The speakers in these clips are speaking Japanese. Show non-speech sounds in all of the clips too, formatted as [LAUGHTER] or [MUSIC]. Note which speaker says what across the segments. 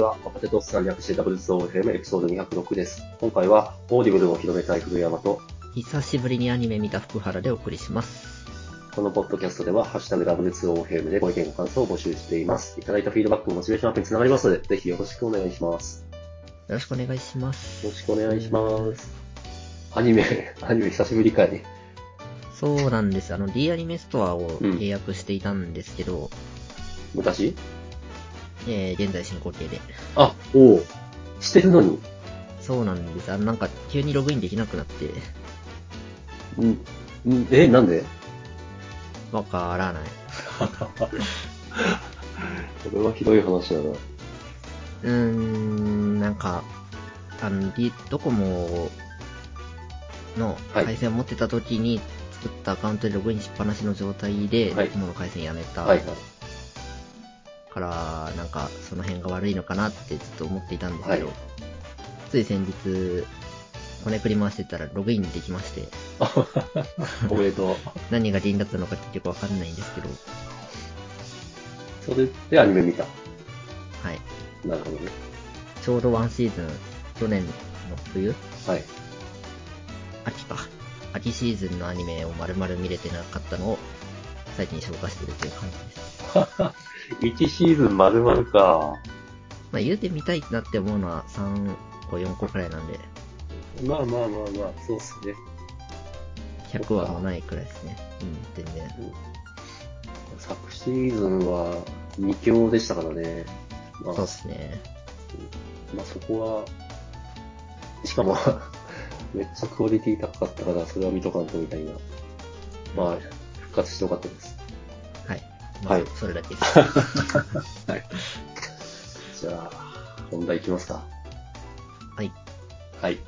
Speaker 1: は、若手とおっさん略して WSOFM エピソード206です。今回は、オーディブルを広めたい古山と、
Speaker 2: 久しぶりにアニメ見た福原でお送りします。
Speaker 1: このポッドキャストでは、ハッシュタグ WSOFM でご意見ご感想を募集しています。いただいたフィードバックもモチベーションアップにつながりますので、ぜひよろしくお願いします。
Speaker 2: よろしくお願いします
Speaker 1: よ。ろしくお願いします。アニメ、 [LAUGHS] アニメ久しぶりかい。
Speaker 2: そうなんです。あの、D アニメストアを
Speaker 1: うん
Speaker 2: 契約していたんですけど、
Speaker 1: 昔
Speaker 2: えー、現在進行形で。
Speaker 1: あ、おうしてるのに。
Speaker 2: そうなんです。あの、なんか、急にログインできなくなって、
Speaker 1: うん。うんえ、なんで
Speaker 2: わからない。
Speaker 1: これはひどい話だな。
Speaker 2: うーん、なんか、あの、D、ドコモの
Speaker 1: はい
Speaker 2: 回線を持ってた時に作ったアカウントでログインしっぱなしの状態で、
Speaker 1: はい
Speaker 2: ドコモの回線やめた。
Speaker 1: はい。
Speaker 2: から、なんか、その辺が悪いのかなってずっと思っていたんですけど、
Speaker 1: はい
Speaker 2: つい先日、こねくり回してたらログインできまして、
Speaker 1: おめでとう。
Speaker 2: 何が原因だったのか結局わかんないんですけど、
Speaker 1: それでアニメ見た。
Speaker 2: はい。
Speaker 1: なるほどね。
Speaker 2: ちょうどワンシーズン、去年の冬
Speaker 1: はい。
Speaker 2: 秋か。秋シーズンのアニメを丸々見れてなかったのを、最近消化してるという感じです。
Speaker 1: 1シーズン丸々か。
Speaker 2: まあ言うて見たいなって思うのは3個4個くらいなんで、
Speaker 1: まあまあまあまあ、そうっすね。
Speaker 2: 100話もないくらいですね。うん、全然。
Speaker 1: 昨シーズンは2強でしたからね。まあ、
Speaker 2: そうですね。
Speaker 1: まあそこは、しかも、 [LAUGHS] めっちゃクオリティ高かったから、それは見とかんとみたいな。まあ、復活してよかったです。
Speaker 2: はい。まあ
Speaker 1: はい
Speaker 2: それだ
Speaker 1: [LAUGHS]
Speaker 2: けです。
Speaker 1: じゃあ、本題いきますか。
Speaker 2: はい。
Speaker 1: はい。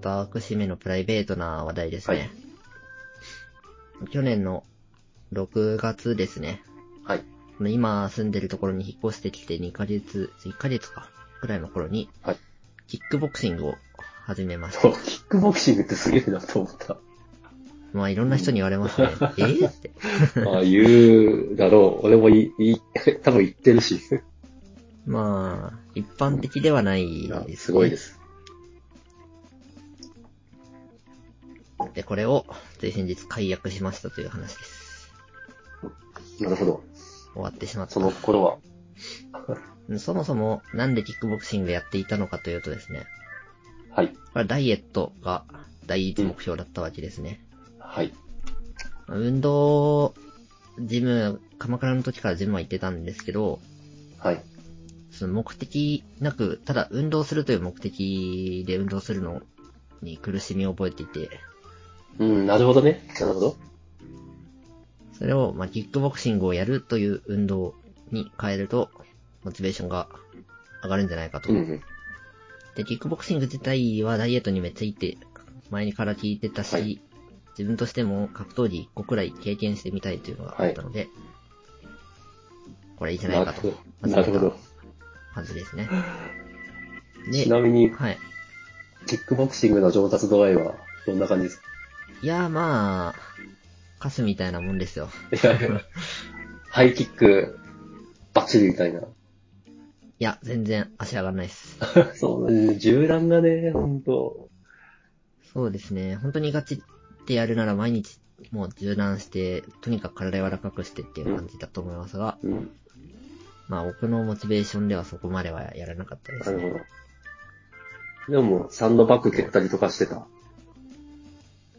Speaker 2: 私めのプライベートな話題ですね。去年の6月ですね。
Speaker 1: はい。
Speaker 2: 今住んでるところに引っ越してきて2ヶ月、1ヶ月か、くらいの頃に、
Speaker 1: はい
Speaker 2: キックボクシングを始めまし
Speaker 1: そ
Speaker 2: た
Speaker 1: う、。キックボクシングってすげえなと思 [LAUGHS] った。
Speaker 2: まあいろんな人に言われます
Speaker 1: [LAUGHS]
Speaker 2: ね。えーって。
Speaker 1: まあ言うだろう。俺もい、い、 [LAUGHS] 多分言ってるし。
Speaker 2: まあ、一般的ではない
Speaker 1: い
Speaker 2: です
Speaker 1: や
Speaker 2: ね。。
Speaker 1: すごいですす。
Speaker 2: で、これを、つい先日解約しましたという話です。
Speaker 1: [LAUGHS] なるほど。
Speaker 2: 終わってしまった。
Speaker 1: その心は。
Speaker 2: そもそも、なんでキックボクシングやっていたのかというとですね、
Speaker 1: はい。
Speaker 2: これはダイエットが第一目標だったわけですね。
Speaker 1: はい。
Speaker 2: 運動、ジム、鎌倉の時からジムは行ってたんですけど、
Speaker 1: はい。
Speaker 2: その目的なく、ただ運動するという目的で運動するのに苦しみを覚えていて、
Speaker 1: うん、なるほどね。なるほど。
Speaker 2: それを、まあ、キックボクシングをやるという運動に変えると、モチベーションが上がるんじゃないかと。
Speaker 1: うんうん。
Speaker 2: で、キックボクシング自体はダイエットにめっちゃいいって、前にから聞いてたし、
Speaker 1: はい
Speaker 2: 自分としても格闘技1個くらい経験してみたいというのがあったので、これいいじゃない
Speaker 1: な
Speaker 2: か
Speaker 1: る
Speaker 2: と
Speaker 1: ほど。なるほど。
Speaker 2: 感じですね。で
Speaker 1: ち、なみに、
Speaker 2: はい。
Speaker 1: キックボクシングの上達度合いはどんな感じです
Speaker 2: いやーまあ、カスみたいなもんですよ。
Speaker 1: かいやいやハイキック、バッチリみたいな。
Speaker 2: いや、全然足上がんないです。
Speaker 1: [LAUGHS] そう、うん銃弾がね、ほんと。
Speaker 2: そうですね。本当にガチってやるなら毎日もう柔軟して、とにかく体柔らかくしてっていう感じだと思いますが、
Speaker 1: うん。
Speaker 2: まあ僕のモチベーションではそこまではやらなかったで
Speaker 1: な
Speaker 2: す
Speaker 1: る
Speaker 2: ね。
Speaker 1: ほど。でも、サンドバッグ蹴ったりとかしてた。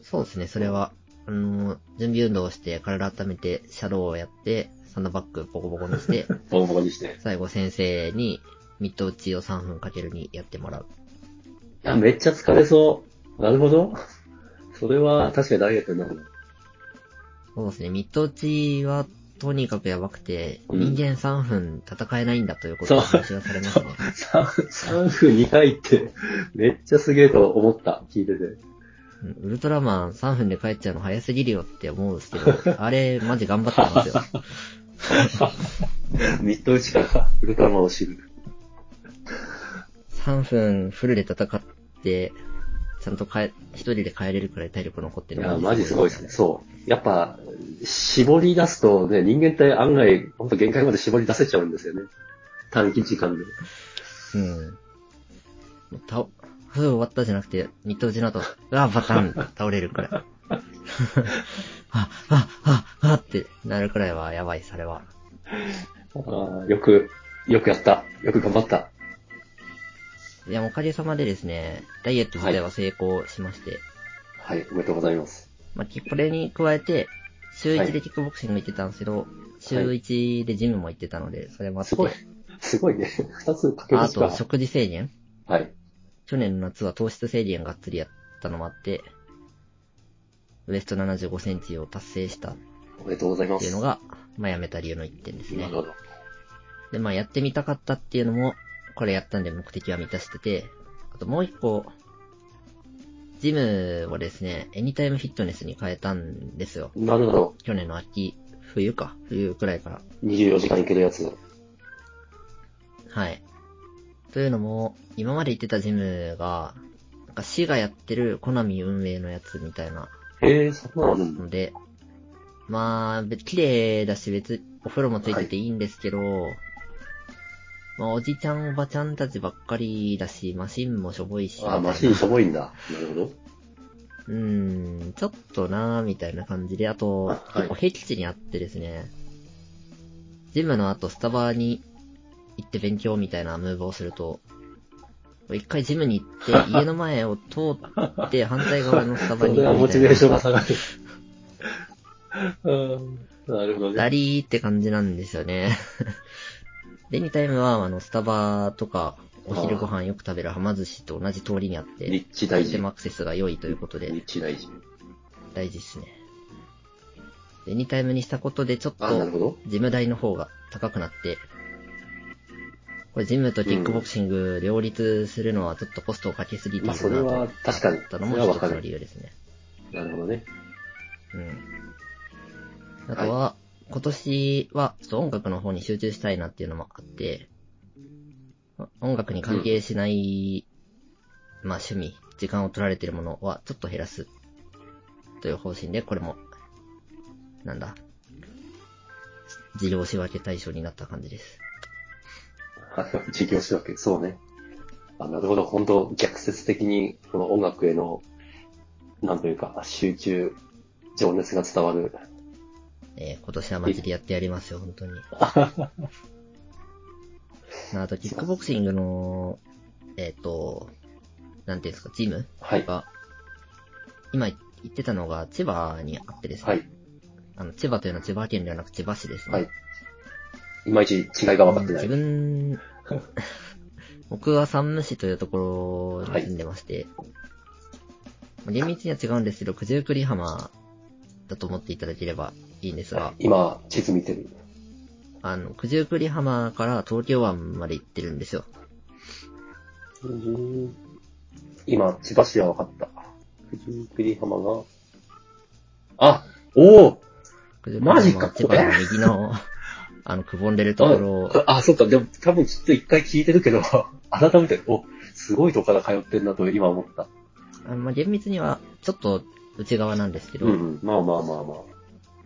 Speaker 2: そうですね、それは、あのー、準備運動をして、体温めて、シャドウをやって、サンドバッグボコボコに
Speaker 1: [LAUGHS]
Speaker 2: して、
Speaker 1: ボコボコにして。
Speaker 2: 最後先生に、ミッド打ちを3分かけるにやってもらう。
Speaker 1: いや、めっちゃ疲れそう。なるほど。それは確かにダイエットになるな。
Speaker 2: そうですね、ミッド打ちは、とにかくやばくて、
Speaker 1: うん
Speaker 2: 人間3分戦えないんだということが
Speaker 1: そう
Speaker 2: 話がされますね。
Speaker 1: 3, 3分2回って、めっちゃすげえと思った、聞いてて。
Speaker 2: うんウルトラマン3分で帰っちゃうの早すぎるよって思うんです
Speaker 1: [LAUGHS]
Speaker 2: けど、あれ、マジ頑張ってますよ。
Speaker 1: [LAUGHS] ミッド打ちからウルトラマンを知る。
Speaker 2: 3分フルで戦って、ちゃんと帰、一人で帰れるくらい体力残って
Speaker 1: い
Speaker 2: る
Speaker 1: や、マジすごいですね。
Speaker 2: ね。
Speaker 1: そう。やっぱ、絞り出すとね、人間って案外、ほんと限界まで絞り出せちゃうんですよね。短期時間で。
Speaker 2: うん。もう倒、ふう終わったじゃなくて、ミッドジの後、うわ、バタン、倒れるくらい。 [LAUGHS] あ、あ、あ、あってなるくらいはやばい、それは。
Speaker 1: ああ、よく、よくやった。よく頑張った。
Speaker 2: いや、おかげさまでですね、ダイエット自体は成功しまして、
Speaker 1: はい、おめでとうございます。
Speaker 2: まあ、きこれに加えて、週
Speaker 1: は
Speaker 2: 1
Speaker 1: い
Speaker 2: でキックボクシング行ってたんですけど、週1でジムも行ってたので、それもあって
Speaker 1: す、ごい。すごいね。二つかけま
Speaker 2: あ
Speaker 1: し
Speaker 2: と
Speaker 1: た。
Speaker 2: 食事制限
Speaker 1: はい。
Speaker 2: 去年の夏は糖質制限がっつりやったのもあって、ウエスト75センチを達成したっ
Speaker 1: おめでとうございま
Speaker 2: ていう
Speaker 1: す。
Speaker 2: のが、まあやめた理由の一点です
Speaker 1: な
Speaker 2: ね
Speaker 1: る。ほど。
Speaker 2: で、まあやってみたかったっていうのも、これやったんで目的は満たしてて、あともう一個、ジムをですね、エニタイムフィットネスに変えたんですよ。
Speaker 1: なるほど。
Speaker 2: 去年の秋、冬か、冬くらいから。
Speaker 1: 24時間いけるやつ。
Speaker 2: はい。というのも、今まで行ってたジムが、なんか市がやってるコナミ運営のやつみたいな
Speaker 1: へえ、そんなのあるんだ。
Speaker 2: ので、まあ、べ綺麗だし別、お風呂もついてていいんですけど、まあ、おじちゃんおばちゃんたちばっかりだし、マシンもしょぼいし、
Speaker 1: ああ、
Speaker 2: みたいな
Speaker 1: マシンしょぼいんだ。なるほど。
Speaker 2: うーん、ちょっとなーみたいな感じで、あと、
Speaker 1: あはい
Speaker 2: 結構僻地にあってですね、ジムの後スタバに行って勉強みたいなムーブをすると、一回ジムに
Speaker 1: [LAUGHS]
Speaker 2: 行って、家の前を通って反対側のスタ
Speaker 1: そ
Speaker 2: バに
Speaker 1: れは
Speaker 2: 行く
Speaker 1: モ
Speaker 2: みた
Speaker 1: チ
Speaker 2: い
Speaker 1: ベーション
Speaker 2: な
Speaker 1: が。
Speaker 2: [LAUGHS]
Speaker 1: 下がる。うんなるほどね。
Speaker 2: ダリーって感じなんです
Speaker 1: [LAUGHS]
Speaker 2: よね。で、2タイムは、あの、スタバとか、お昼ご飯よく食べるはま寿司と同じ通りにあって、
Speaker 1: 立地
Speaker 2: と
Speaker 1: 大
Speaker 2: て
Speaker 1: 事
Speaker 2: も。アクセスが良いということで、
Speaker 1: 立地大事。
Speaker 2: 大事ですね。で、2タイムにしたことで、ちょっ
Speaker 1: ああ、な
Speaker 2: と
Speaker 1: る、ほど。
Speaker 2: ジム代の方が高くなって、これジムとキックボクシング両立するのはちょっとコストをかけすぎて
Speaker 1: まあ、そ
Speaker 2: る
Speaker 1: れ
Speaker 2: なと
Speaker 1: は確かに。
Speaker 2: た
Speaker 1: そ
Speaker 2: の
Speaker 1: れ
Speaker 2: も
Speaker 1: はわ
Speaker 2: 一
Speaker 1: か
Speaker 2: つの
Speaker 1: る。
Speaker 2: 理由ですね。
Speaker 1: なるほどね。 [LAUGHS]
Speaker 2: うん。あとは、今年はちょっと音楽の方に集中したいなっていうのもあって、ま音楽に関係しない、まあ趣味、時間を取られてるものはちょっと減らすという方針で、これも、なんだ、事業仕分け対象になった感じです。
Speaker 1: はい事業仕分け。そうね。あなるほど。本当逆説的に、この音楽への、なんというか、集中、情熱が伝わる。
Speaker 2: えー今年はマジでやってやりますよ、本 [LAUGHS] 当に。あと、キックボクシングの、えっ、と、なんていうんですか、チーム
Speaker 1: はい。
Speaker 2: が、今言ってたのが千葉にあってですね、
Speaker 1: はい。
Speaker 2: あの千葉というのは千葉県ではなく千葉市ですね。
Speaker 1: はい。いまいち違いが分かってな
Speaker 2: 自
Speaker 1: い。 [LAUGHS]
Speaker 2: 分、僕は山武市というところに住んでまして、まあ厳密には違うんですけど、九十九里浜だと思っていただければいいんですが、
Speaker 1: 今、地図見てる。
Speaker 2: あの、九十九里浜から東京湾まで行ってるんですよ。
Speaker 1: 今、千葉市は分かった。九十九里浜が、あ、おお
Speaker 2: 九十九
Speaker 1: マジ
Speaker 2: 里
Speaker 1: か
Speaker 2: 浜、千葉の
Speaker 1: [LAUGHS]
Speaker 2: 右の、あの、くぼんでるところ、
Speaker 1: ああ、そっか、でも多分ちょっと一回聞いてるけど、 [LAUGHS] 改めて、お、すごいとこから通ってんなと今思った。
Speaker 2: あのまあ、厳密にはちょっと内側なんですけど、
Speaker 1: うんうん、まあまあまあまあ。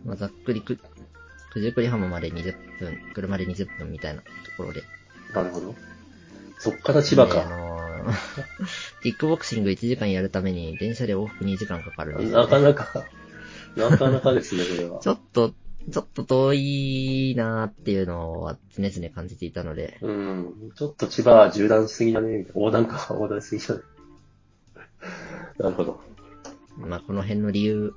Speaker 2: まあ、ざっくりく、九十九里浜まで20分、車で20分みたいなところで。
Speaker 1: なるほど。そっから千葉
Speaker 2: であ
Speaker 1: か。
Speaker 2: のー [LAUGHS] キックボクシング1時間やるために電車で往復2時間かかるんです
Speaker 1: な
Speaker 2: よ、
Speaker 1: か
Speaker 2: ね。
Speaker 1: なか、なかなかですね、こ
Speaker 2: [LAUGHS]
Speaker 1: れは
Speaker 2: ち。ょっと、ちょっと遠いなーっていうのは常々感じていたので、
Speaker 1: うん、ちょっと千葉は縦断しすぎだね、横断か、 [LAUGHS] 横断しすぎだね。なるほど。
Speaker 2: まあ、この辺の理由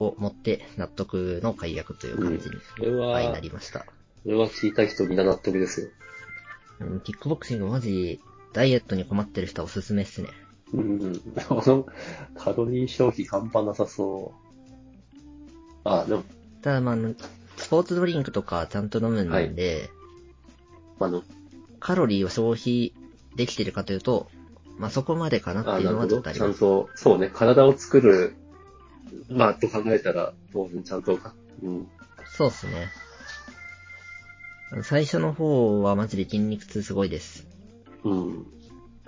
Speaker 2: を持って納得の解約という感じに、
Speaker 1: これは、
Speaker 2: はい、なりました。
Speaker 1: これは聞いた人みんな納得ですよ。
Speaker 2: うんキックボクシングマジ、ダイエットに困ってる人はおすすめっすね。
Speaker 1: うんうん。 [LAUGHS] この、カロリー消費半端なさそう。あ、でも、
Speaker 2: ただまああの、スポーツドリンクとかちゃんと飲むんで、
Speaker 1: あの、
Speaker 2: カロリーを消費できてるかというと、まあそこまでかなっ
Speaker 1: あ
Speaker 2: ていう
Speaker 1: なるほ
Speaker 2: のはち
Speaker 1: ど。
Speaker 2: ょっとあり
Speaker 1: ちゃ
Speaker 2: ま
Speaker 1: ん
Speaker 2: す。
Speaker 1: と、そうね、体を作る、まあ、と考えたら、当然ちゃんと、うん。
Speaker 2: そうですね。あの最初の方はマジで筋肉痛すごいです。
Speaker 1: うん。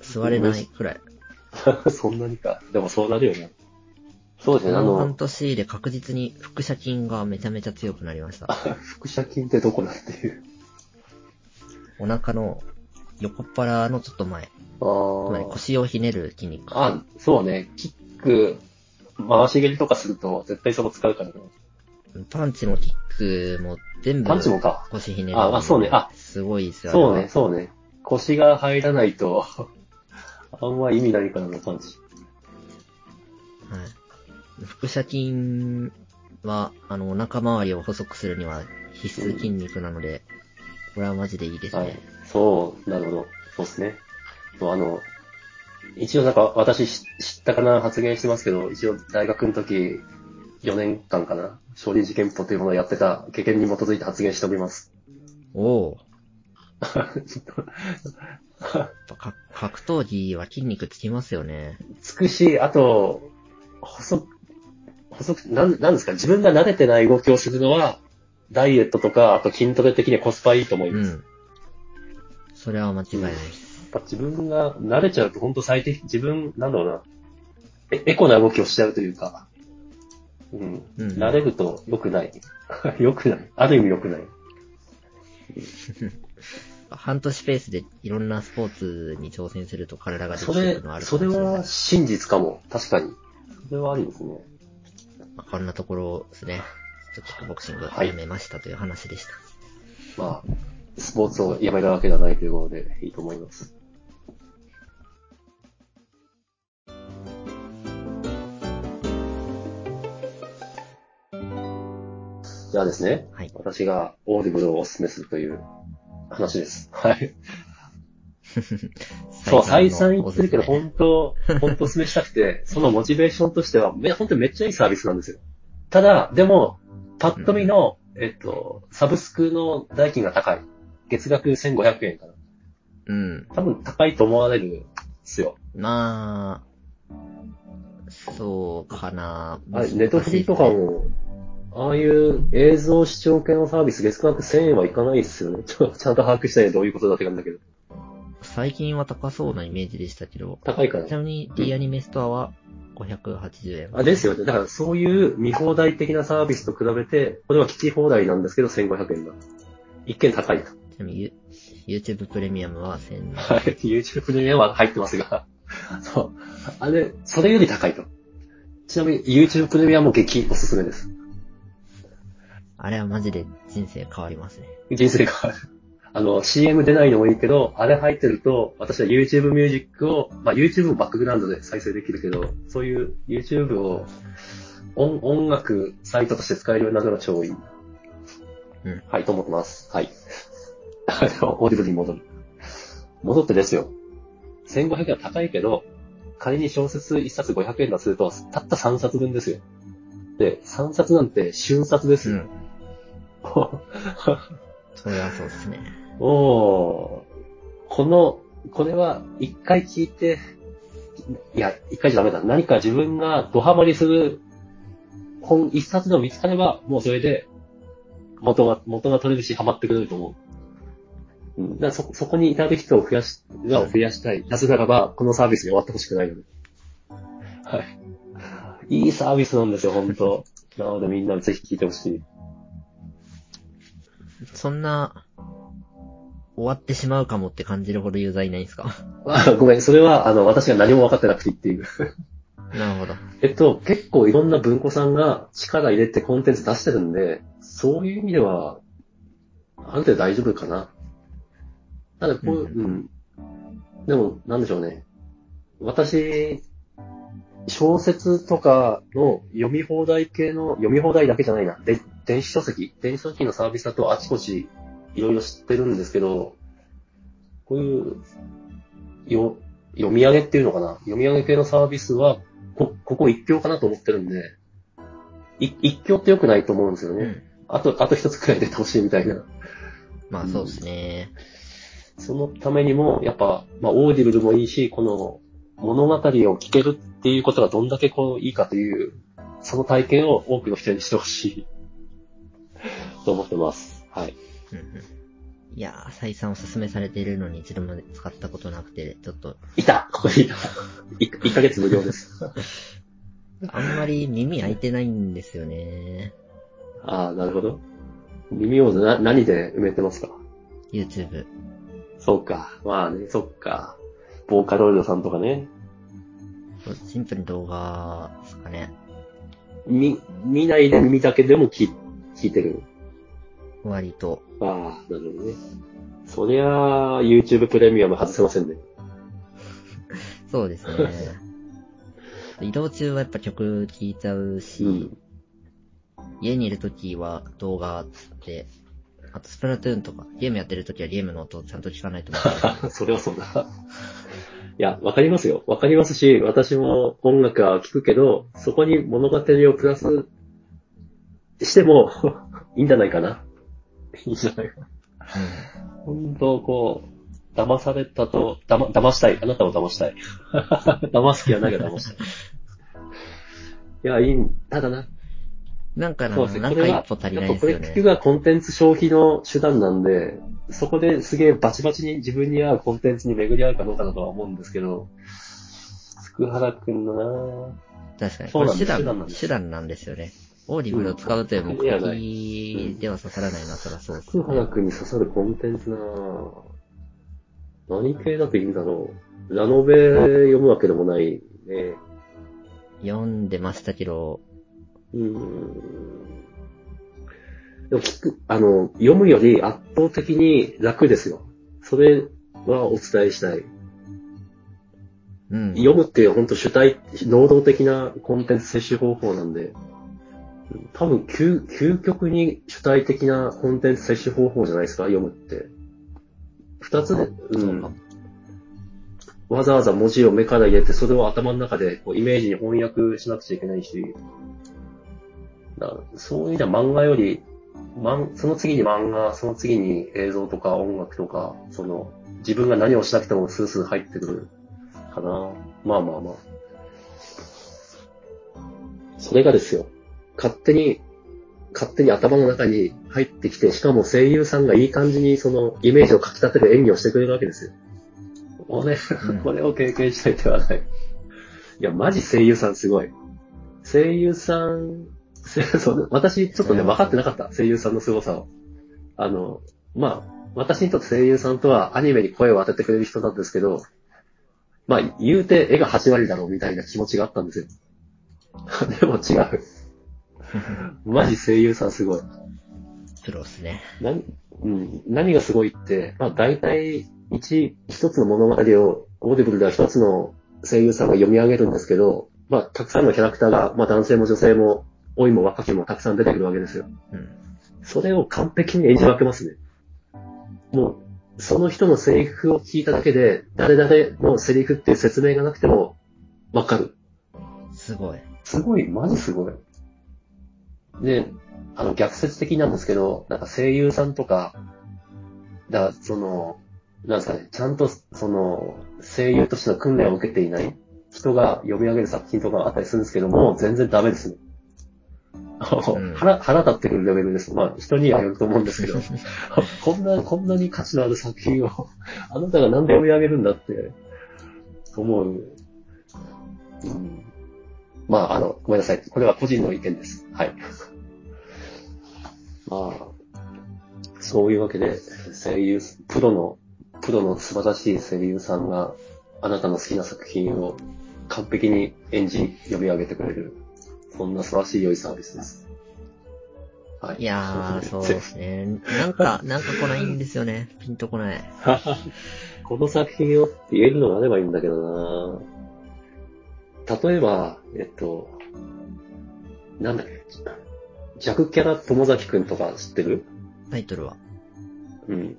Speaker 2: 座れないくらい。
Speaker 1: [LAUGHS] そんなにか。でもそうなるよね。そうです
Speaker 2: こ
Speaker 1: ね、あ
Speaker 2: の半
Speaker 1: [LAUGHS] の、
Speaker 2: 年で確実に副写金がめちゃめちゃ強くなりました。
Speaker 1: 副写金ってどこだっていう。
Speaker 2: お腹の横っ腹のちょっと前、つまり
Speaker 1: ああ。
Speaker 2: 腰をひねる筋肉。
Speaker 1: あ、そうね、キック、回し蹴りとかすると絶対そこ使うからね。
Speaker 2: パンチもキックも全部
Speaker 1: パンチもか。
Speaker 2: 腰ひねる。
Speaker 1: ああそうねあ
Speaker 2: すごいですよ
Speaker 1: そう
Speaker 2: あれ
Speaker 1: ね、
Speaker 2: は
Speaker 1: そうね。腰が入らないと、 [LAUGHS] あんま意味ないからな、パンチ。
Speaker 2: はい。腹斜筋は、あの、お腹周りを細くするには必須筋肉なので、これはマジでいいですね。
Speaker 1: はい。そう、なるほど。そうですね。そうあの、一応なんか私し知ったかな発言してますけど、一応大学の時、4年間かな、少林寺拳法というものをやってた経験に基づいて発言しております。 [LAUGHS]
Speaker 2: おお
Speaker 1: は
Speaker 2: やっぱか格闘技は筋肉つきますよね。
Speaker 1: つくし、あと、細く、細く、なん、なんですか、自分が慣れてない動きをするのは、ダイエットとか、あと筋トレ的にはコスパいいと思いうます。
Speaker 2: ん。それは間違いないです。
Speaker 1: やっぱ自分が慣れちゃうと本当最適、自分、なんだろうな、えエコな動きをしちゃうというか、うん。
Speaker 2: うん
Speaker 1: 慣れると良くない。 [LAUGHS] 良くない。ある意味良くない。
Speaker 2: 半年ペースでいろんなスポーツに挑戦すると体ができ
Speaker 1: そ
Speaker 2: てい
Speaker 1: れ
Speaker 2: くのはあ、るか
Speaker 1: そ
Speaker 2: もし
Speaker 1: れ
Speaker 2: れない。
Speaker 1: は真実かも。確かに。それはありですね。
Speaker 2: まあこんなところですね。ちょっとキックボクシング
Speaker 1: はい
Speaker 2: やめましたという話でした。
Speaker 1: まあ、スポーツをやめるわけではないということでいいと思います。じゃあですね、
Speaker 2: はい
Speaker 1: 私がオーディブルをお勧めするという話です。はい。そう、再三言ってるけど、
Speaker 2: ほん
Speaker 1: 本当、本当お勧めしたく [LAUGHS] て、そのモチベーションとしては、め、本当にめっちゃいいサービスなんですよ。ただ、でも、パッと見の、えっと、サブスクの代金が高い。月額1500円かな。
Speaker 2: うん。
Speaker 1: 多分高いと思われるんですよ。
Speaker 2: まあ、そうかな。
Speaker 1: あれ、
Speaker 2: 難しい
Speaker 1: ネットフリとかも、ああいう映像視聴系のサービス、月額1000円はいかないですよね。ちょちゃんと把握したいどういうことだって感じだけど。
Speaker 2: 最近は高そうなイメージでしたけど、
Speaker 1: 高いから
Speaker 2: ち。なみに D アニメストアは580円。
Speaker 1: あ、ですよね。だからそういう見放題的なサービスと比べて、これは聞き放題なんですけど、1500円だ。一見高いと。
Speaker 2: ちなみに You- YouTube プレミアムは1000円。
Speaker 1: はい。YouTube プレミアムは入ってますが。そう。あれ、それより高いと。ちなみに YouTube プレミアムも激おすすめです。
Speaker 2: あれはマジで人生変わりますね。
Speaker 1: 人生が変わる。あの、CM 出ないのもいいけど、あれ入ってると、私は YouTube ミュージックを、まあ YouTube をバックグラウンドで再生できるけど、そういう YouTube を音音楽サイトとして使えるようになるのが超いい。
Speaker 2: うん
Speaker 1: はい、と思ってます。はい。 [LAUGHS] でもオーディブルに戻る。戻ってですよ。1500円は高いけど、仮に小説1冊500円だとすると、たった3冊分ですよ。で、3冊なんて瞬冊ですよ。 [LAUGHS]
Speaker 2: それはそうですね。
Speaker 1: おーこの、これは一回聞いて、いや、一回じゃダメだ。何か自分がドハマりする本一冊でも見つかれば、もうそれで元が、元が取れるし、ハマってくれると思う。うん、だからそ、そこに至る人を増やし、が増やしたい。なぜならば、このサービスに終わってほしくないので。はい。いいサービスなんですよ、本当なのでみんなぜひ聞いてほしい。
Speaker 2: そんな、終わってしまうかもって感じるほどユーザーいないんで
Speaker 1: [LAUGHS]
Speaker 2: すか
Speaker 1: あごめん、それは、あの、私が何も分かってなくて言っている。
Speaker 2: なるほど。
Speaker 1: えっと、結構いろんな文庫さんが力入れてコンテンツ出してるんで、そういう意味では、ある程度大丈夫かな。ただ、こう、う。
Speaker 2: うん
Speaker 1: でも、なんでしょうね。私、小説とかの読み放題系の、読み放題だけじゃないな。で、電子書籍電子書籍のサービスだとあちこちいろいろ知ってるんですけど、こういう、よ、読み上げっていうのかな読み上げ系のサービスは、こ、ここ一強かなと思ってるんで、い一強って良くないと思うんですよ
Speaker 2: う
Speaker 1: ね。
Speaker 2: ん。
Speaker 1: あと、あと一つくらい出てほしいみたいな。
Speaker 2: まあそうですね。
Speaker 1: そのためにも、やっぱ、まあ、オーディブルもいいし、この物語を聞けるっていうことがどんだけこういいかという、その体験を多くの人にしてほしいと思ってます。はい。
Speaker 2: うんうんいやー、再三おすすめされているのに一度も使ったことなくて、ちょっと、
Speaker 1: いたここにいた 1, ヶ月無料です。
Speaker 2: あんまり耳開いてないんですよね。
Speaker 1: ああ、なるほど。耳をな何で埋めてますか
Speaker 2: YouTube。
Speaker 1: そうか。まあね、そっか。ボーカロイドさんとかね。
Speaker 2: シンプルに動画ですかね。
Speaker 1: み、見ないで耳だけでも聞聞いてる。
Speaker 2: 割と。
Speaker 1: ああ、なるほどね。そりゃあ、YouTube プレミアム外せませんね。
Speaker 2: そうで
Speaker 1: [LAUGHS]
Speaker 2: すね。移動中はやっぱ曲聴いちゃうし、
Speaker 1: うん
Speaker 2: 家にいるときは動画って、あとスプラトゥーンとか、ゲームやってるときはゲームの音をちゃんと聞かないと思う。
Speaker 1: [LAUGHS] それはそうだ。 [LAUGHS] いや、わかりますよ。わかりますし、私も音楽は聴くけど、そこに物語をプラスしてもいいんじゃないかな。いいんじゃないかな。本当こう、騙されたと、だま、騙したい。あなたを騙したい。 [LAUGHS] 騙す気はないが騙したい。いや、いい、ただな、
Speaker 2: なんかな、
Speaker 1: そうですね。
Speaker 2: な
Speaker 1: こ
Speaker 2: ん
Speaker 1: れ
Speaker 2: か
Speaker 1: は
Speaker 2: 一歩足り
Speaker 1: や
Speaker 2: な
Speaker 1: っぱ
Speaker 2: い
Speaker 1: こ
Speaker 2: です
Speaker 1: れ
Speaker 2: よ
Speaker 1: 聞
Speaker 2: ね
Speaker 1: く。がコンテンツ消費の手段なんで、そこですげえバチバチに自分に合うコンテンツに巡り合うかどうかだとは思うんですけど、福原くんのなぁ
Speaker 2: 確かに。
Speaker 1: そう
Speaker 2: これ
Speaker 1: なんで
Speaker 2: 手
Speaker 1: す手段なん
Speaker 2: 段
Speaker 1: で、す
Speaker 2: 手段なんですよね。オーディブルを使うという目
Speaker 1: いやない
Speaker 2: 的では刺さらないな、そらそうです
Speaker 1: 福
Speaker 2: ね。
Speaker 1: 原くんに刺さるコンテンツなぁ何系だといいんだろう。ラノベ読むわけでもないね。
Speaker 2: 読んでましたけど、
Speaker 1: うーん。でも聞く、あの、読むより圧倒的に楽ですよ。それはお伝えしたい。
Speaker 2: うん。
Speaker 1: 読むっていう本当主体、能動的なコンテンツ摂取方法なんで、多分究究極に主体的なコンテンツ摂取方法じゃないですか、読むって。二つで、う
Speaker 2: そうか
Speaker 1: ん。わざわざ文字を目から入れて、それを頭の中でこうイメージに翻訳しなくちゃいけないし、だそういう意味では漫画より、漫その次に漫画、その次に映像とか音楽とか、その自分が何をしなくてもスースー入ってくるかな。まあまあまあ。それがですよ。勝手に、勝手に頭の中に入ってきて、しかも声優さんがいい感じにそのイメージをかき立てる演技をしてくれるわけですよ。俺、
Speaker 2: ん
Speaker 1: [LAUGHS] これを経験したいではない。いや、マジ声優さんすごい。声優さん、せ [LAUGHS] そう私ちょっとね、
Speaker 2: うん
Speaker 1: 分かってなかった。声優さんの凄さを。あの、まあ、私にとって声優さんとはアニメに声を当ててくれる人なんですけど、まあ、言うて絵が8割だろうみたいな気持ちがあったんですよ。 [LAUGHS] でも違う。マジ声優さんすごい。
Speaker 2: プロっすね。
Speaker 1: 何、うん、何がすごいって、まあ大体一、一つの物語を、オーディブルでは一つの声優さんが読み上げるんですけど、まあたくさんのキャラクターが、まあ男性も女性も、老いも若きもたくさん出てくるわけですよ。
Speaker 2: うん。
Speaker 1: それを完璧に演じ分けますね。もう、その人のセリフを聞いただけで、誰々のセリフっていう説明がなくても、わかる。
Speaker 2: すごい。
Speaker 1: すごい、マジすごい。で、あの、逆説的なんですけど、なんか声優さんとか、だからその、なんですかね、ちゃんと、その、声優としての訓練を受けていない人が読み上げる作品とかがあったりするんですけども、全然ダメですね。あの
Speaker 2: うん
Speaker 1: 腹、腹立ってくるレベルです。まあ、人にはよると思うんですけど、 [LAUGHS] こんな、こんなに価値のある作品を、 [LAUGHS] あなたが何で読み上げるんだって、思う。うんまあ、あの、ごめんなさい。これは個人の意見です。はい。 [LAUGHS] まあ、そういうわけで、声優、プロの、プロの素晴らしい声優さんが、あなたの好きな作品を完璧に演じ、読み上げてくれる、そんな素晴らしい良いサービスです。はい。[LAUGHS]
Speaker 2: いやー、そうで
Speaker 1: です
Speaker 2: ね。なんか、なんか来ないんですよね。ピンとこない。
Speaker 1: この作品をって言えるのがあればいいんだけどな例えば、えっと、なんだっけ、弱キャラ友崎くんとか知ってる
Speaker 2: タイトルは。 [LAUGHS]
Speaker 1: うん。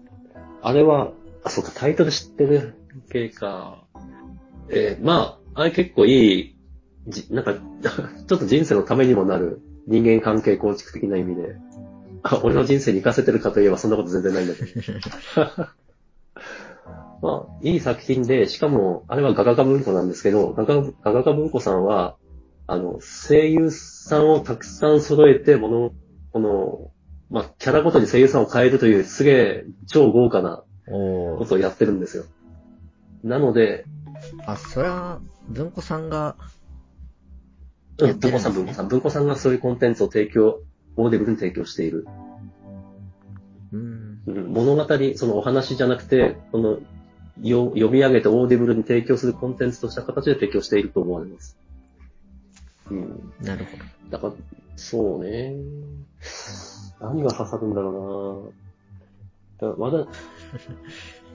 Speaker 1: あれは、あ、そうか、タイトル知ってる系か。えーまあ、あれ結構いい、じ、なんか、 [LAUGHS] ちょっと人生のためにもなる人間関係構築的な意味で、あ、俺の人生に活かせてるかといえばそんなこと全然ないんだけど。まあ、いい作品で、しかも、あれはガガガ文庫なんですけど、ガガガガガ文庫さんは、あの、声優さんをたくさん揃えて、もの、この、まあ、キャラごとに声優さんを変えるというすげえ超豪華な
Speaker 2: お
Speaker 1: こ
Speaker 2: ー。
Speaker 1: とをやってるんですよ。なので、
Speaker 2: あ、そりゃ、文庫さんが、
Speaker 1: う
Speaker 2: やっ
Speaker 1: ん
Speaker 2: て
Speaker 1: 文
Speaker 2: るんで
Speaker 1: 庫さ
Speaker 2: すね
Speaker 1: ん、文庫さん。文庫さんがそういうコンテンツを提供、オーディブルに提供している。
Speaker 2: うん。
Speaker 1: うん物語、そのお話じゃなくて、その、よ読み上げてオーディブルに提供するコンテンツとした形で提供していると思われます。うん。
Speaker 2: なるほど。
Speaker 1: だから、そうね。何が刺さるんだろうなだからまだ、
Speaker 2: い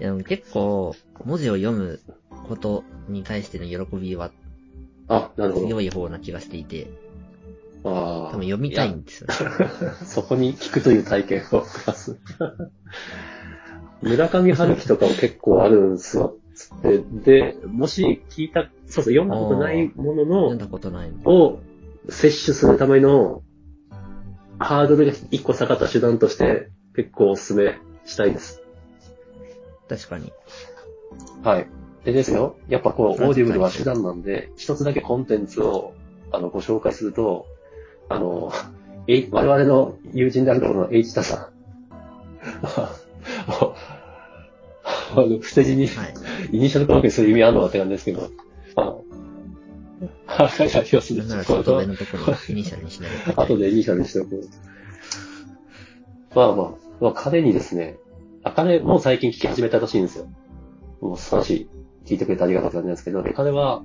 Speaker 2: や、でも結構、文字を読むことに対しての喜びは
Speaker 1: あ、なるほど。
Speaker 2: 強い方な気がしていて、
Speaker 1: あ
Speaker 2: 多
Speaker 1: あ。
Speaker 2: 分読みたいんですよね。
Speaker 1: そこに聞くという体験をプラス。 [LAUGHS] 村上春樹とかも結構あるんですよ。で、でもし聞いた、そうそう、読んだことないもの
Speaker 2: 読ん
Speaker 1: の、
Speaker 2: だことないの。
Speaker 1: を摂取するための、ハードルが一個下がった手段として、結構お勧めしたいです。
Speaker 2: 確かに。
Speaker 1: はい。でですよ、やっぱこう、
Speaker 2: はい
Speaker 1: オーディブルは手段なんで、一つだけコンテンツを、あの、ご紹介すると、あの、え我々の友人である頃の H 田さん。 [LAUGHS] あの、伏せ字に、
Speaker 2: はい。
Speaker 1: イニシャル登録する意味あるのかって感じですけど、あの、はい、はい、要す
Speaker 2: な
Speaker 1: る
Speaker 2: ん
Speaker 1: に
Speaker 2: ならちょっと上のところにイニシャルにしない
Speaker 1: [LAUGHS]
Speaker 2: と。
Speaker 1: 後でイニシャルにしておこう。まあまあ、まあ、彼にですね、あ、彼も最近聞き始めたらしいんですよ。もう素晴らしい。聞いてくれてありがたいって感じなんですけど、彼は、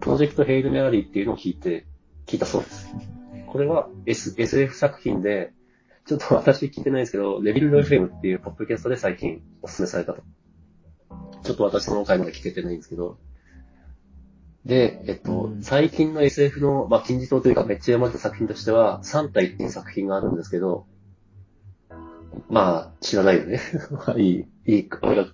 Speaker 1: プロジェクトヘイルメアリーっていうのを聞いて、聞いたそうです。これは、S、SF 作品で、ちょっと私聞いてないんですけど、レビルド FM っていうポッドキャストで最近お勧めされたと。ちょっと私その回まで聞けてないんですけど。で、えっと、
Speaker 2: うん
Speaker 1: 最近の SF の、まあ、金字塔というかめっちゃ読まれた作品としては、3体っていう作品があるんですけど、まあ、知らないよね。 [LAUGHS] まあ、いい、いい、俺が、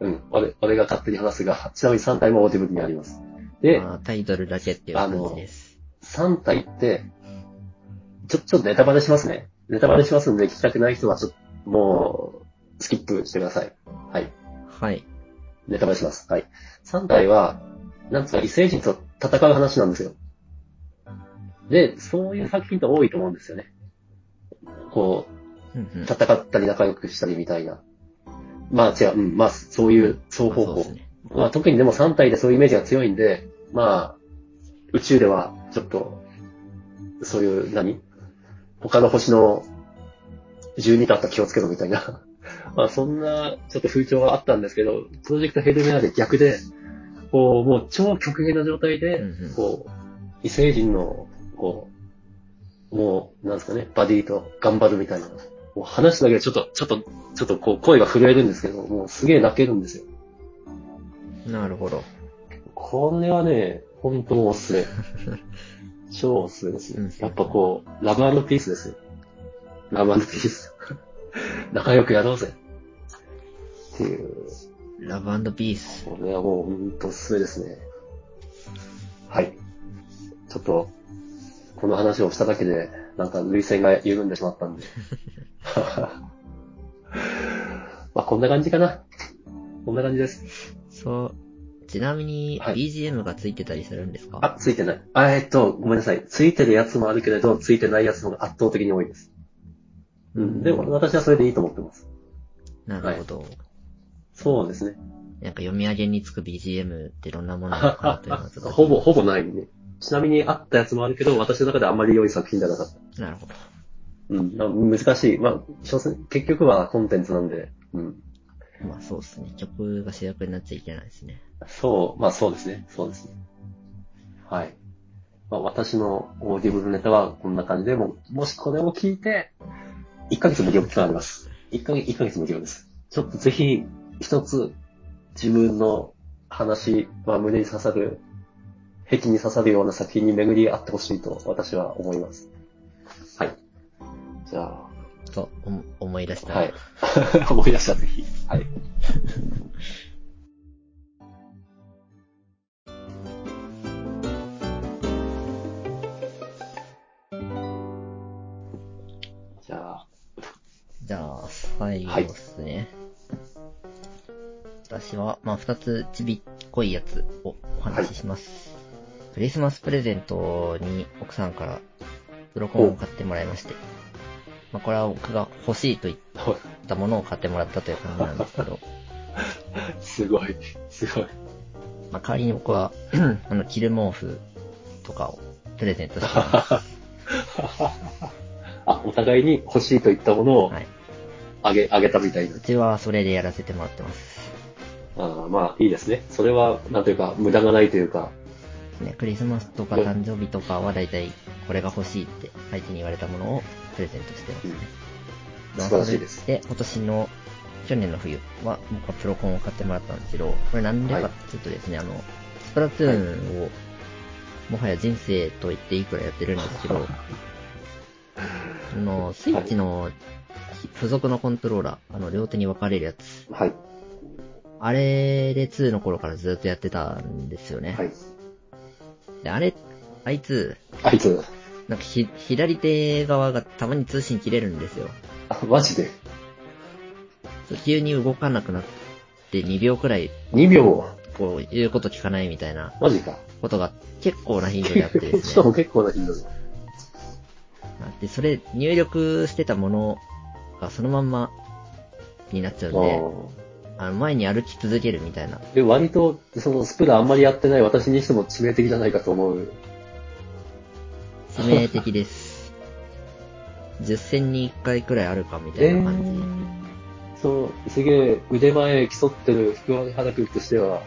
Speaker 1: うん、俺、俺が勝手に話すが、ちなみに3体もオーディブルにあります。で、
Speaker 2: まあ、タイトルだけっていう感じです。
Speaker 1: 3体って、ちょ、ちょっとネタバレしますね。ネタバレしますんで、聞きたくない人は、ちょっと、もう、スキップしてください。はい。
Speaker 2: はい。
Speaker 1: ネタバレします。はい。3体は、なんつうか異星人と戦う話なんですよ。で、そういう作品って多いと思うんですよね。こう、
Speaker 2: うんうん。
Speaker 1: 戦ったり仲良くしたりみたいな。まあ違う、うん、まあそういう双方
Speaker 2: まあそう
Speaker 1: 向
Speaker 2: です。ね。
Speaker 1: まあ特にでも3体でそういうイメージが強いんで、まあ、宇宙ではちょっと、そういう何他の星の12だったら気をつけろみたいな。 [LAUGHS] まあそんなちょっと風潮があったんですけど、プロジェクトヘルメアで逆で、こうもう超極限な状態で、
Speaker 2: うんうん
Speaker 1: こう、異星人の、こう、もう、なんですかね、バディと頑張るみたいな。もう話すだけでちょっと、ちょっと、ちょっとこう声が震えるんですけど、もうすげえ泣けるんですよ。
Speaker 2: なるほど。
Speaker 1: これはね、本当もおすす
Speaker 2: [LAUGHS]
Speaker 1: め。超おすすめです
Speaker 2: うん
Speaker 1: ね。やっぱこう、ラブピースですよ。ラブピー
Speaker 2: [LAUGHS]
Speaker 1: ス。仲良くやろうぜ。っていう、
Speaker 2: ラブピース。
Speaker 1: これはもう本当おすすめですね。はい。ちょっと、この話をしただけで、なんか涙腺が緩んでしまったん
Speaker 2: [LAUGHS]
Speaker 1: で。まあこんな感じかな。こんな感じです。
Speaker 2: そう。ちなみに、
Speaker 1: はい
Speaker 2: BGM がついてたりするんですか、
Speaker 1: あ、ついてない。あ、えっと、ごめんなさい。ついてるやつもあるけれど、ついてないやつの方が圧倒的に多いです。うん。でも、私はそれでいいと思ってます。
Speaker 2: なるほど。
Speaker 1: そうですね。
Speaker 2: なんか読み上げにつく BGM ってどんなものなのかなというの
Speaker 1: [LAUGHS]
Speaker 2: はちょっ
Speaker 1: [LAUGHS]
Speaker 2: と。
Speaker 1: ほぼ、ほぼないね。ちなみにあったやつもあるけど、私の中であんまり良い作品じゃなかった。
Speaker 2: なるほど。
Speaker 1: うん。まあ難しい。まあ、所詮結局はコンテンツなんで。うん。
Speaker 2: まあそうですね。曲が主役になっちゃいけないですね。
Speaker 1: そう、まあそうですね。そうですね。はい。まあ私のオーディブルネタはこんな感じで、もうもしこれを聞いて、1ヶ月無料期間あります。1ヶ月、一ヶ月無料です。ちょっとぜひ、一つ、自分の話は胸に刺さる、壁に刺さるような作品に巡り合ってほしいと私は思います。はい。じゃあ、
Speaker 2: と思思い出した。
Speaker 1: はい。 [LAUGHS] 思い出した、ぜひ。はい。 [LAUGHS] じゃあ、
Speaker 2: じゃあ、最後ですね。私は、まあ二つちびっこいやつをお話しします。クリスマスプレゼントに奥さんからブロコンを買ってもらいまして。まあ、これは僕が欲しいと言ったものを買ってもらったという感じなんですけど、
Speaker 1: すごい、すごい。
Speaker 2: まあ、代わりに僕は、 [CLEARS THROAT] あの、着る毛布とかをプレゼントして、
Speaker 1: あ、お互いに欲しいといったものを
Speaker 2: はい。
Speaker 1: あげ、あげたみたいうな。
Speaker 2: ちはそれでやらせてもらってます。
Speaker 1: あーまあ、いいですね。それは、なんというか、無駄がないというか、
Speaker 2: ね、クリスマスとか誕生日とかは大体これが欲しいって相手に言われたものをプレゼントしてます
Speaker 1: うん
Speaker 2: ね。
Speaker 1: 素晴らしいです。
Speaker 2: で、今年の、去年の冬は僕はプロコンを買ってもらったんですけど、これなんでかっていうとですね、あの、スプラトゥーンを、もはや人生と言っていいくらいやってるんですけど、あの、スイッチの付属のコントローラー、あの、両手に分かれるやつ、
Speaker 1: はい、
Speaker 2: あれで2の頃からずっとやってたんですよね。
Speaker 1: はい。
Speaker 2: で、あれ、あいつ、
Speaker 1: あいつ、
Speaker 2: なんかひ、左手側がたまに通信切れるんですよ。
Speaker 1: あマジで、
Speaker 2: そう急に動かなくなって2秒くらい、
Speaker 1: 2秒、
Speaker 2: こう、言うこと聞かないみたいな
Speaker 1: マジか。
Speaker 2: ことが結構な頻度であって
Speaker 1: [LAUGHS]
Speaker 2: で
Speaker 1: し
Speaker 2: す
Speaker 1: か
Speaker 2: ね。
Speaker 1: も結構な頻度で。
Speaker 2: で、それ、入力してたものがそのまんまになっちゃうんで、
Speaker 1: あ
Speaker 2: あの前に歩き続けるみたいな。
Speaker 1: ーで割と、そのスプラあんまりやってない私にしても致命的じゃないかと思う。
Speaker 2: 致命的です。10戦に1回くらいあるかみたいな感じ。
Speaker 1: そう、すげえ腕前競ってる福原君としては、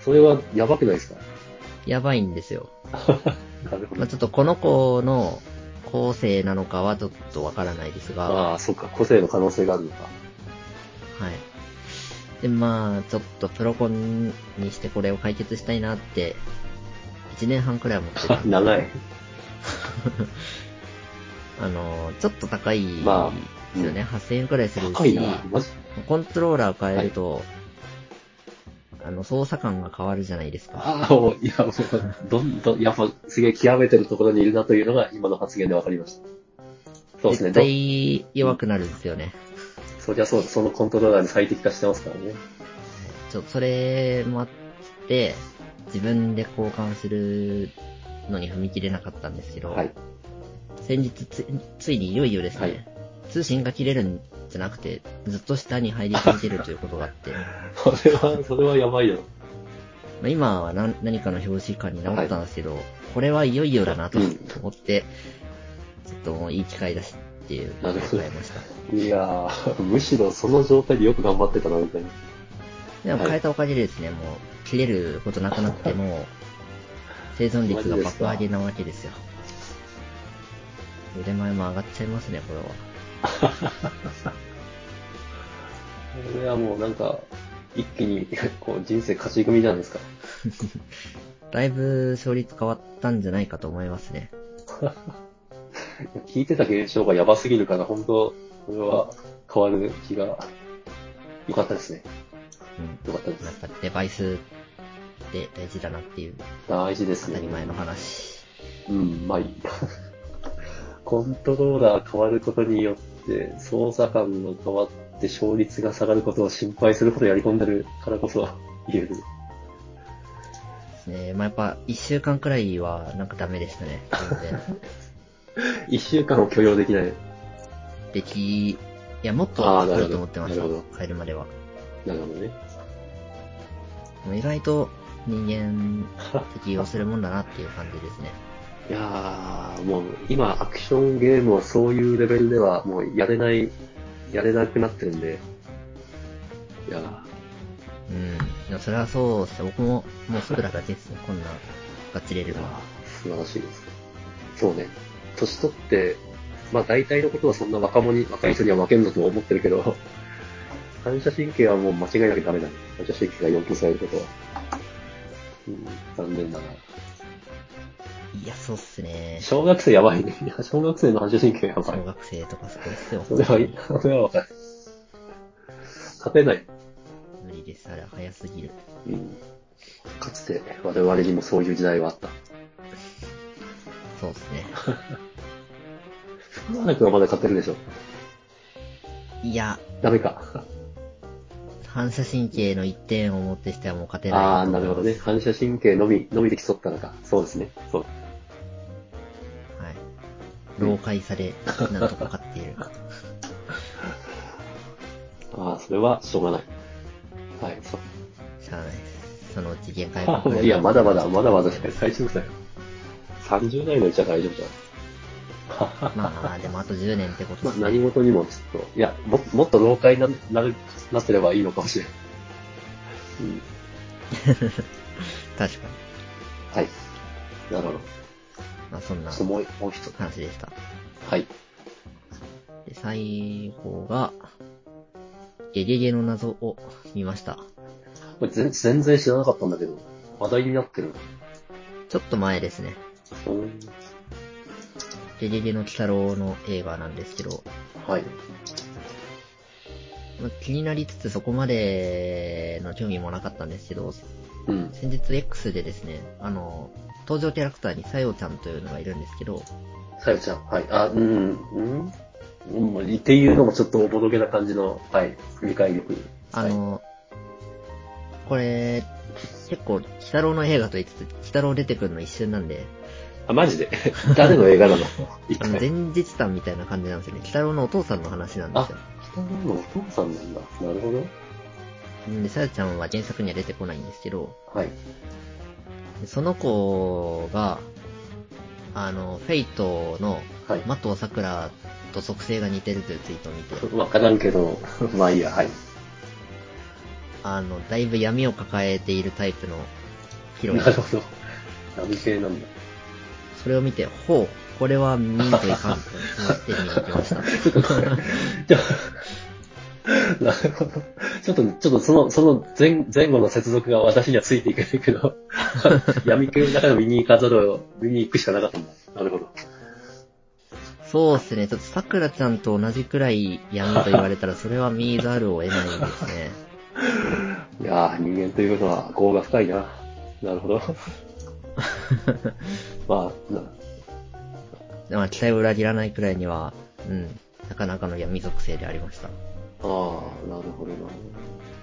Speaker 1: それはやばくないですか
Speaker 2: やばいんですよ。
Speaker 1: なるほ
Speaker 2: まあ、ちょっとこの子の構成なのかはちょっとわからないですが、は
Speaker 1: ああ、そっか、個性の可能性があるのか。
Speaker 2: い。で、まあ、ちょっとプロコンにしてこれを解決したいなって、1年半くらいは思ってたんで
Speaker 1: [LAUGHS] 長い。
Speaker 2: あの、ちょっと高いです
Speaker 1: まあ
Speaker 2: よね。8000円くらいする
Speaker 1: 高い
Speaker 2: し、
Speaker 1: な、マジ
Speaker 2: コントローラー変えると、あの、操作感が変わるじゃないですか。
Speaker 1: ああ、もういや、もう、どんどん、やっぱ、すげえ極めてるところにいるなというのが、今の発言で分かりました。そうですね、ど
Speaker 2: 絶対弱くなるんですよね。
Speaker 1: そりゃそうだ、そのコントローラーに最適化してますからね。
Speaker 2: ちょ、それもあって、自分で交換するのに踏み切れなかったんですけど、
Speaker 1: はい。
Speaker 2: 先日つ、ついにいよいよですね、
Speaker 1: はい
Speaker 2: 通信が切れるんじゃなくて、ずっと下に入り続けるということがあ
Speaker 1: [LAUGHS]
Speaker 2: って、ま
Speaker 1: それは、それはやばいよ。
Speaker 2: あ今は何何かの表紙かに直ったんですけど、これはいよいよだなと
Speaker 1: うん
Speaker 2: 思って、ちょっともういい機会だしっていう考
Speaker 1: なるほど
Speaker 2: えました。
Speaker 1: いやー、むしろその状態でよく頑張ってたな、みたいな。
Speaker 2: でも
Speaker 1: はい
Speaker 2: 変えたおかげでですね、もう切れることなくなって、もう生存率が爆上げなわけですよ。腕前も上がっちゃいますね、これは。
Speaker 1: これはもうなんか、一気に、こう、人生勝ち組じゃないですか。
Speaker 2: だいぶ勝率変わったんじゃないかと思いますね。
Speaker 1: 聞いてた現象がやばすぎるから、本当これは変わる気が、良かったですね。
Speaker 2: うん。
Speaker 1: 良かったで
Speaker 2: やっ
Speaker 1: す。
Speaker 2: ぱデバイスって大事だなっていう
Speaker 1: 大事です
Speaker 2: 当
Speaker 1: ね。
Speaker 2: たり前の話。
Speaker 1: うん、まあいい。 [LAUGHS] コントローラー変わることによって、操作感が変わって勝率が下がることを心配するほどやり込んでるからこそ言える。
Speaker 2: ですね。まあ、やっぱ一週間くらいはなんかダメでしたね。
Speaker 1: [LAUGHS]
Speaker 2: 全
Speaker 1: 一週間を許容できない。
Speaker 2: 然でき、いや、もっと
Speaker 1: あーな
Speaker 2: 来
Speaker 1: るほど
Speaker 2: ると思ってました
Speaker 1: なるほ。
Speaker 2: 変えるまでは。
Speaker 1: なるほどね。 [LAUGHS]
Speaker 2: もう意外と人間適応するもんだなっていう感じですね。
Speaker 1: いやー、もう今アクションゲームをそういうレベルではもうやれない、やれなくなってるんで。いやー、
Speaker 2: うん。でもそれはそうですね。僕ももうすぐだからですね。こんなガチレール
Speaker 1: いや
Speaker 2: が。
Speaker 1: 素晴らしいですね。そうね。年取って、まあ大体のことはそんな若者に、若い人には負けんぞとは思ってるけど、 [LAUGHS] 反射神経はもう間違いなくダメだね。反射神経が要求されることは。うん、残念だな。
Speaker 2: いや、そうっすね。
Speaker 1: 小学生やばいね。いや小学生の反射神経やばい
Speaker 2: 小。学生とかすごいっすよ。
Speaker 1: それはい、それはわかる。勝てない。
Speaker 2: 無理です。あれは早すぎる。
Speaker 1: うん。かつて我々にもそういう時代はあった。
Speaker 2: そうっすね。
Speaker 1: 福原君はまだ勝てるでしょ。
Speaker 2: いや、
Speaker 1: ダメか。
Speaker 2: 反射神経の一点をもってしてはもう勝てない。
Speaker 1: ああ、なるほどね。反射神経のみ、のみで競ったのか。そうですね。そう。
Speaker 2: はい。老解され、なんとか買
Speaker 1: [LAUGHS]
Speaker 2: っている。
Speaker 1: ああ、それはしょうがない。はい、そ
Speaker 2: しゃあないです。そのうち限界を超
Speaker 1: う。
Speaker 2: える
Speaker 1: いや、まだまだ、まだまだ大丈夫だよ。30代のうちは大丈夫じゃん。 [LAUGHS]
Speaker 2: まあ、でもあと10年ってこと
Speaker 1: ま
Speaker 2: で
Speaker 1: あ、
Speaker 2: す
Speaker 1: 何
Speaker 2: ね。
Speaker 1: 事にもちょっと、いや、ももっと老化にななるなってればいいのかもしれない。うん、
Speaker 2: 確かに。
Speaker 1: はい。なるほど。
Speaker 2: まあ、そん
Speaker 1: ちょ
Speaker 2: な
Speaker 1: っともうもう一つ。
Speaker 2: 話でした。
Speaker 1: はい。
Speaker 2: で、最後が、ゲゲゲの謎を見ました。
Speaker 1: これ全全然知らなかったんだけど、話題になってる。
Speaker 2: ちょっと前ですね。
Speaker 1: うん
Speaker 2: ゲゲゲの鬼太郎の映画なんですけど、
Speaker 1: はい。
Speaker 2: まあ気になりつつそこまでの興味もなかったんですけど、
Speaker 1: うん。
Speaker 2: 先日 X でですね、あの、登場キャラクターにさよちゃんというのがいるんですけど、
Speaker 1: さよちゃん。はい。あ、うん。うんうん、っていうのもちょっとおぼろげな感じの、はい、理解力。
Speaker 2: あ
Speaker 1: はい、
Speaker 2: の、これ、結構、鬼太郎の映画と言いつつ、鬼太郎出てくるの一瞬なんで、
Speaker 1: あ、マジで [LAUGHS] 誰の映画なの [LAUGHS] 一
Speaker 2: あの、
Speaker 1: 体。
Speaker 2: 前日譚みたいな感じなんですよね。鬼太郎のお父さんの話なんですよ。
Speaker 1: 北野のお父さんなんだ。なるほど。
Speaker 2: うんで、さやちゃんは原作には出てこないんですけど、
Speaker 1: はい。
Speaker 2: その子が、あの、フェイトの、
Speaker 1: はい。
Speaker 2: マトサクラと属性が似てるというツイートを見て、
Speaker 1: わからんけど、まあいいや、はい。
Speaker 2: あの、だいぶ闇を抱えているタイプのヒロイン
Speaker 1: な。るほど。何系なんだ。
Speaker 2: それを見て、ほう、これは見んといかんと思って見に行き
Speaker 1: [LAUGHS]
Speaker 2: ました。
Speaker 1: じゃあ [LAUGHS] なるほど。ちょっと、ちょっとその、その前前後の接続が私にはついていけないけど、 [LAUGHS] 闇系の中で見に行かざるを、見に行くしかなかったんだ。なるほど。
Speaker 2: そうですね、ちょっと桜ちゃんと同じくらい闇と言われたら、それは見ざるを得ないです
Speaker 1: [LAUGHS]
Speaker 2: ね。
Speaker 1: いやー、人間というのは業が深いな。なるほど。 [LAUGHS] まあ、な
Speaker 2: まあ、期待を裏切らないくらいには、うん、なかなかの闇属性でありました。
Speaker 1: あー、なるほどな。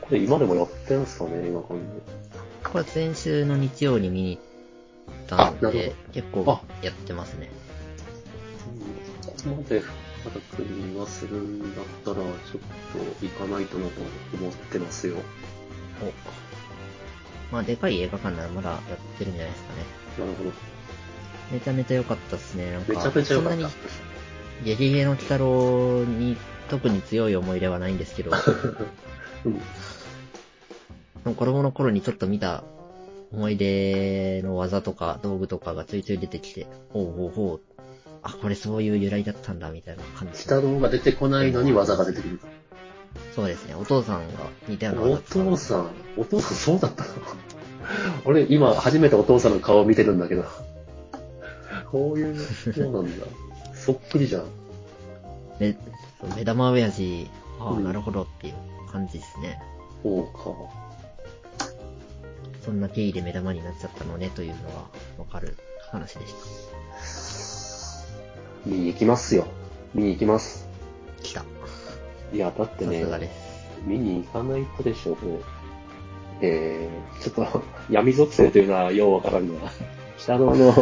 Speaker 1: これ今でもやってんすかね、今これ。
Speaker 2: これ先週の日曜に見に行ったの
Speaker 1: あなる
Speaker 2: で、結構やってますね。
Speaker 1: うんここまで深田君がするんだったら、ちょっと行かないとなと思ってますよ。
Speaker 2: おまあ、でかい映画館ならまだやってるんじゃないですかね。
Speaker 1: なるほど。
Speaker 2: めちゃめちゃ良かったですね。なんか、
Speaker 1: めちゃめちゃ良かっ
Speaker 2: そん
Speaker 1: た
Speaker 2: なに。ゲゲゲの鬼太郎に特に強い思い入れはないんですけど、
Speaker 1: うん。
Speaker 2: でも子供の頃にちょっと見た思い出の技とか道具とかがちょいちょい出てきて、ほうほうほう、あ、これそういう由来だったんだみたいな感じ。
Speaker 1: 北郎が出てこないのに技が出てくる。
Speaker 2: そうですね、お父さんが似たような
Speaker 1: お
Speaker 2: 技使う
Speaker 1: 父さん、お父さんそうだったの [LAUGHS] 俺今初めてお父さんの顔を見てるんだけど。こういう、そうなんだ。そっくりじゃん。
Speaker 2: めそう目玉親父、ああ、
Speaker 1: うん
Speaker 2: なるほどっていう感じですね。
Speaker 1: そうか。
Speaker 2: そんな経緯で目玉になっちゃったのねというのがわかる話でし
Speaker 1: 見に行きますよ。見に行きます。
Speaker 2: た。来た。さ
Speaker 1: いや、だってね
Speaker 2: す、がです。
Speaker 1: 見に行かないとでしょ、もう。えー、ちょっと、闇属性というのはようわからんが、北郎 [LAUGHS] の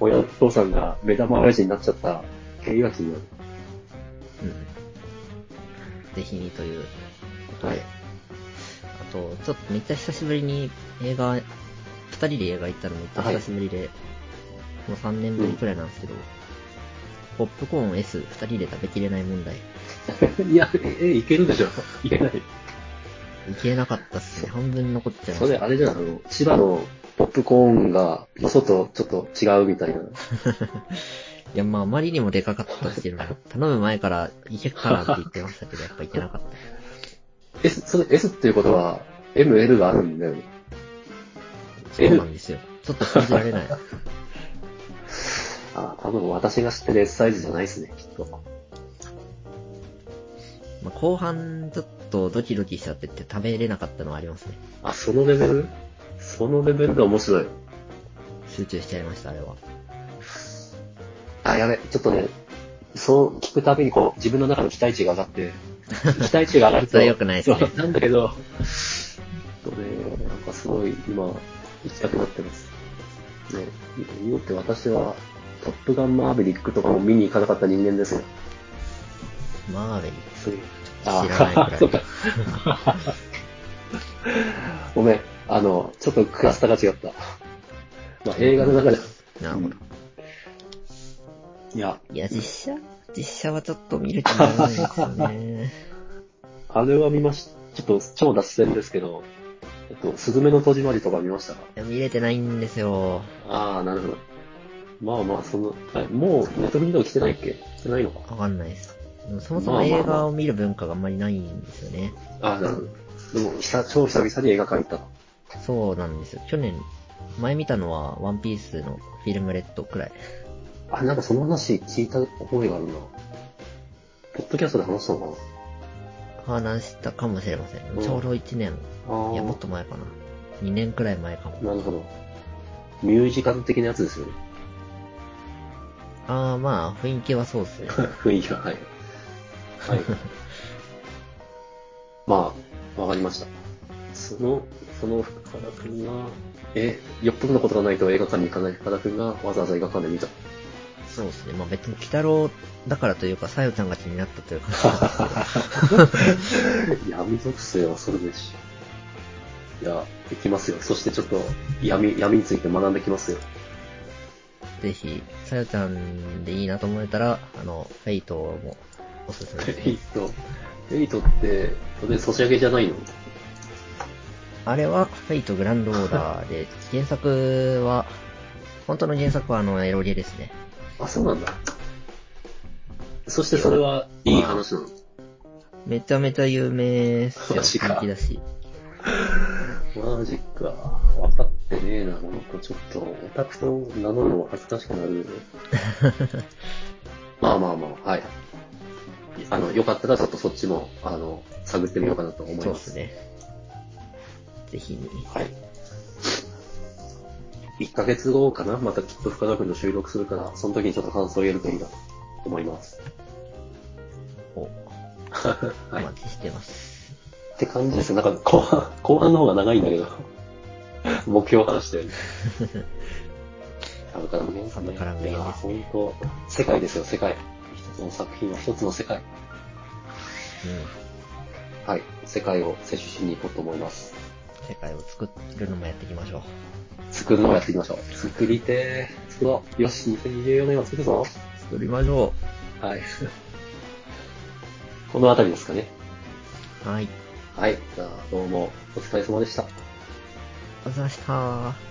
Speaker 1: 親父さんが目玉親父になっちゃった経緯が気になる。
Speaker 2: うん。ぜひにということで。
Speaker 1: はい
Speaker 2: あと、ちょっとめっちゃ久しぶりに映画、二人で映画行ったのめっちゃ久しぶりで、もう3年ぶりくらいなんですけど、ポップコーン S 二人で食べきれない問題。
Speaker 1: [LAUGHS]
Speaker 2: い
Speaker 1: いや、え、いけるでしょ。いけない。
Speaker 2: けなかったっすね。半分残っちゃいま
Speaker 1: そ
Speaker 2: し
Speaker 1: れ、
Speaker 2: た。
Speaker 1: あれじゃん、あの、千葉のポップコーンが、よそとちょっと違うみたいな。
Speaker 2: [LAUGHS] いや、まあ、あまりにもでかかったっていう [LAUGHS] のは、頼む前からいけっかなって言ってましたけど、やっぱいけなかった。
Speaker 1: S、それ S っていうことは、M、L があるんだよね。
Speaker 2: そうなんですよ。ちょっと信じられない。
Speaker 1: あ、多分私が知ってる S サイズじゃないですね、きっと。
Speaker 2: まあ、後半、ちょっとドキドキしちゃってって食べれなかったのはありますね。
Speaker 1: あ、そのレベルそのレベルが面白い。
Speaker 2: 集中しちゃいました、あれは。
Speaker 1: あ、やべ、ちょっとね、そう聞くたびにこう、自分の中の期待値が上が
Speaker 2: [LAUGHS]
Speaker 1: って、期待値が上がる
Speaker 2: そ
Speaker 1: と。
Speaker 2: れ良くないですね
Speaker 1: そうなんだけど、ちょっとね、なんかすごい今、行きたくなってます。ね、言うて私は、トップガンマーヴェリックとかも見に行かなかった人間ですよ。
Speaker 2: マーベリッ
Speaker 1: すい
Speaker 2: ク [LAUGHS] 知らないくらい。
Speaker 1: そうか。 [LAUGHS] ごめん。あの、ちょっとクラスターが違った。まあ、映画の中で、
Speaker 2: なるほど。
Speaker 1: いや、
Speaker 2: いや、実写実写はちょっと見る気にならないですよ
Speaker 1: [LAUGHS]
Speaker 2: ね。
Speaker 1: あれは見ました。ちょっと超脱線ですけど、えっと、スズメの戸締まりとか見ましたか
Speaker 2: いや見れてないんですよ。
Speaker 1: ああ、なるほど。まあまあ、その、はいもう、ネットフリード来てないっけ来てないのか
Speaker 2: わかんないです。でもそもそも映画を見る文化があんまりないんですよね。
Speaker 1: ああ、なるほど。でも、久超久々に映画館行ったの。
Speaker 2: そうなんですよ。去年、前見たのはワンピースのフィルムレッドくらい。
Speaker 1: あ、なんかその話聞いた覚えがあるな。ポッドキャストで話したのかな
Speaker 2: 話したかもしれませ
Speaker 1: うん
Speaker 2: ん。ちょうど1年。
Speaker 1: ああ
Speaker 2: いや、もっと前かな。2年くらい前かも。
Speaker 1: なるほど。ミュージカル的なやつですよね。
Speaker 2: あー、まあ、雰囲気はそうですね。
Speaker 1: 雰囲気が、はい。 [LAUGHS] はい。まあ、わかりました。その、その深田くんが、え、よっぽどのことがないと映画館に行かない深田くんがわざわざ映画館で [LAUGHS] 見た。
Speaker 2: そうですね。まあ別に、鬼太郎だからというか、さよちゃんが気になったというか、
Speaker 1: 闇属性はそれでし。いや、行きますよ。そしてちょっと、闇、闇について学んできますよ。
Speaker 2: ぜひ、さよちゃんでいいなと思えたら、あの、フェイトもおすすめ
Speaker 1: エ
Speaker 2: です。
Speaker 1: イト、エイトって、それソシャゲじゃないの
Speaker 2: あれは、フェイトグランドオーダーで、原作は、本当の原作はあの、エロゲですね。
Speaker 1: あ、そうなんだ。そしてそれは、いい話なの。
Speaker 2: めちゃめちゃ有名っすよ。
Speaker 1: マジか
Speaker 2: 人気だし。
Speaker 1: マジか。分かってねえな、なんかちょっと、オタクと名乗るのは恥ずかしくな
Speaker 2: [LAUGHS]
Speaker 1: るよね。まあまあまあ、はい。あの、よかったらちょっとそっちも、あの、探ってみようかなと思い
Speaker 2: そう
Speaker 1: ま。
Speaker 2: ですすね。ぜひに。
Speaker 1: はい。1ヶ月後かなまたきっと深田君の収録するから、その時にちょっと感想を言えるといいなと思います。
Speaker 2: お、お
Speaker 1: はい。っ
Speaker 2: 待ちしてます。
Speaker 1: て感じですね。なんか後半、 [LAUGHS] 後半の方が長いんだけど、 [LAUGHS] 目標話してる。サブカラ無限です
Speaker 2: サブ
Speaker 1: ね。
Speaker 2: カラ無限ですね
Speaker 1: いや本当、世界ですよ、世界。一つの作品は一つの世界。
Speaker 2: うん。
Speaker 1: はい。世界を摂取しに行こうと思います。
Speaker 2: 世界を作るのもやっていきましょう。
Speaker 1: 作るのをやっていきましょう。作りてー。作ろう。よし、2024年は作るぞ。
Speaker 2: 作りましょ
Speaker 1: はい。 [LAUGHS] このあたりですかね。
Speaker 2: う。はい。
Speaker 1: はい。じゃあ、どうも、お疲れ様でした。
Speaker 2: あざしたー。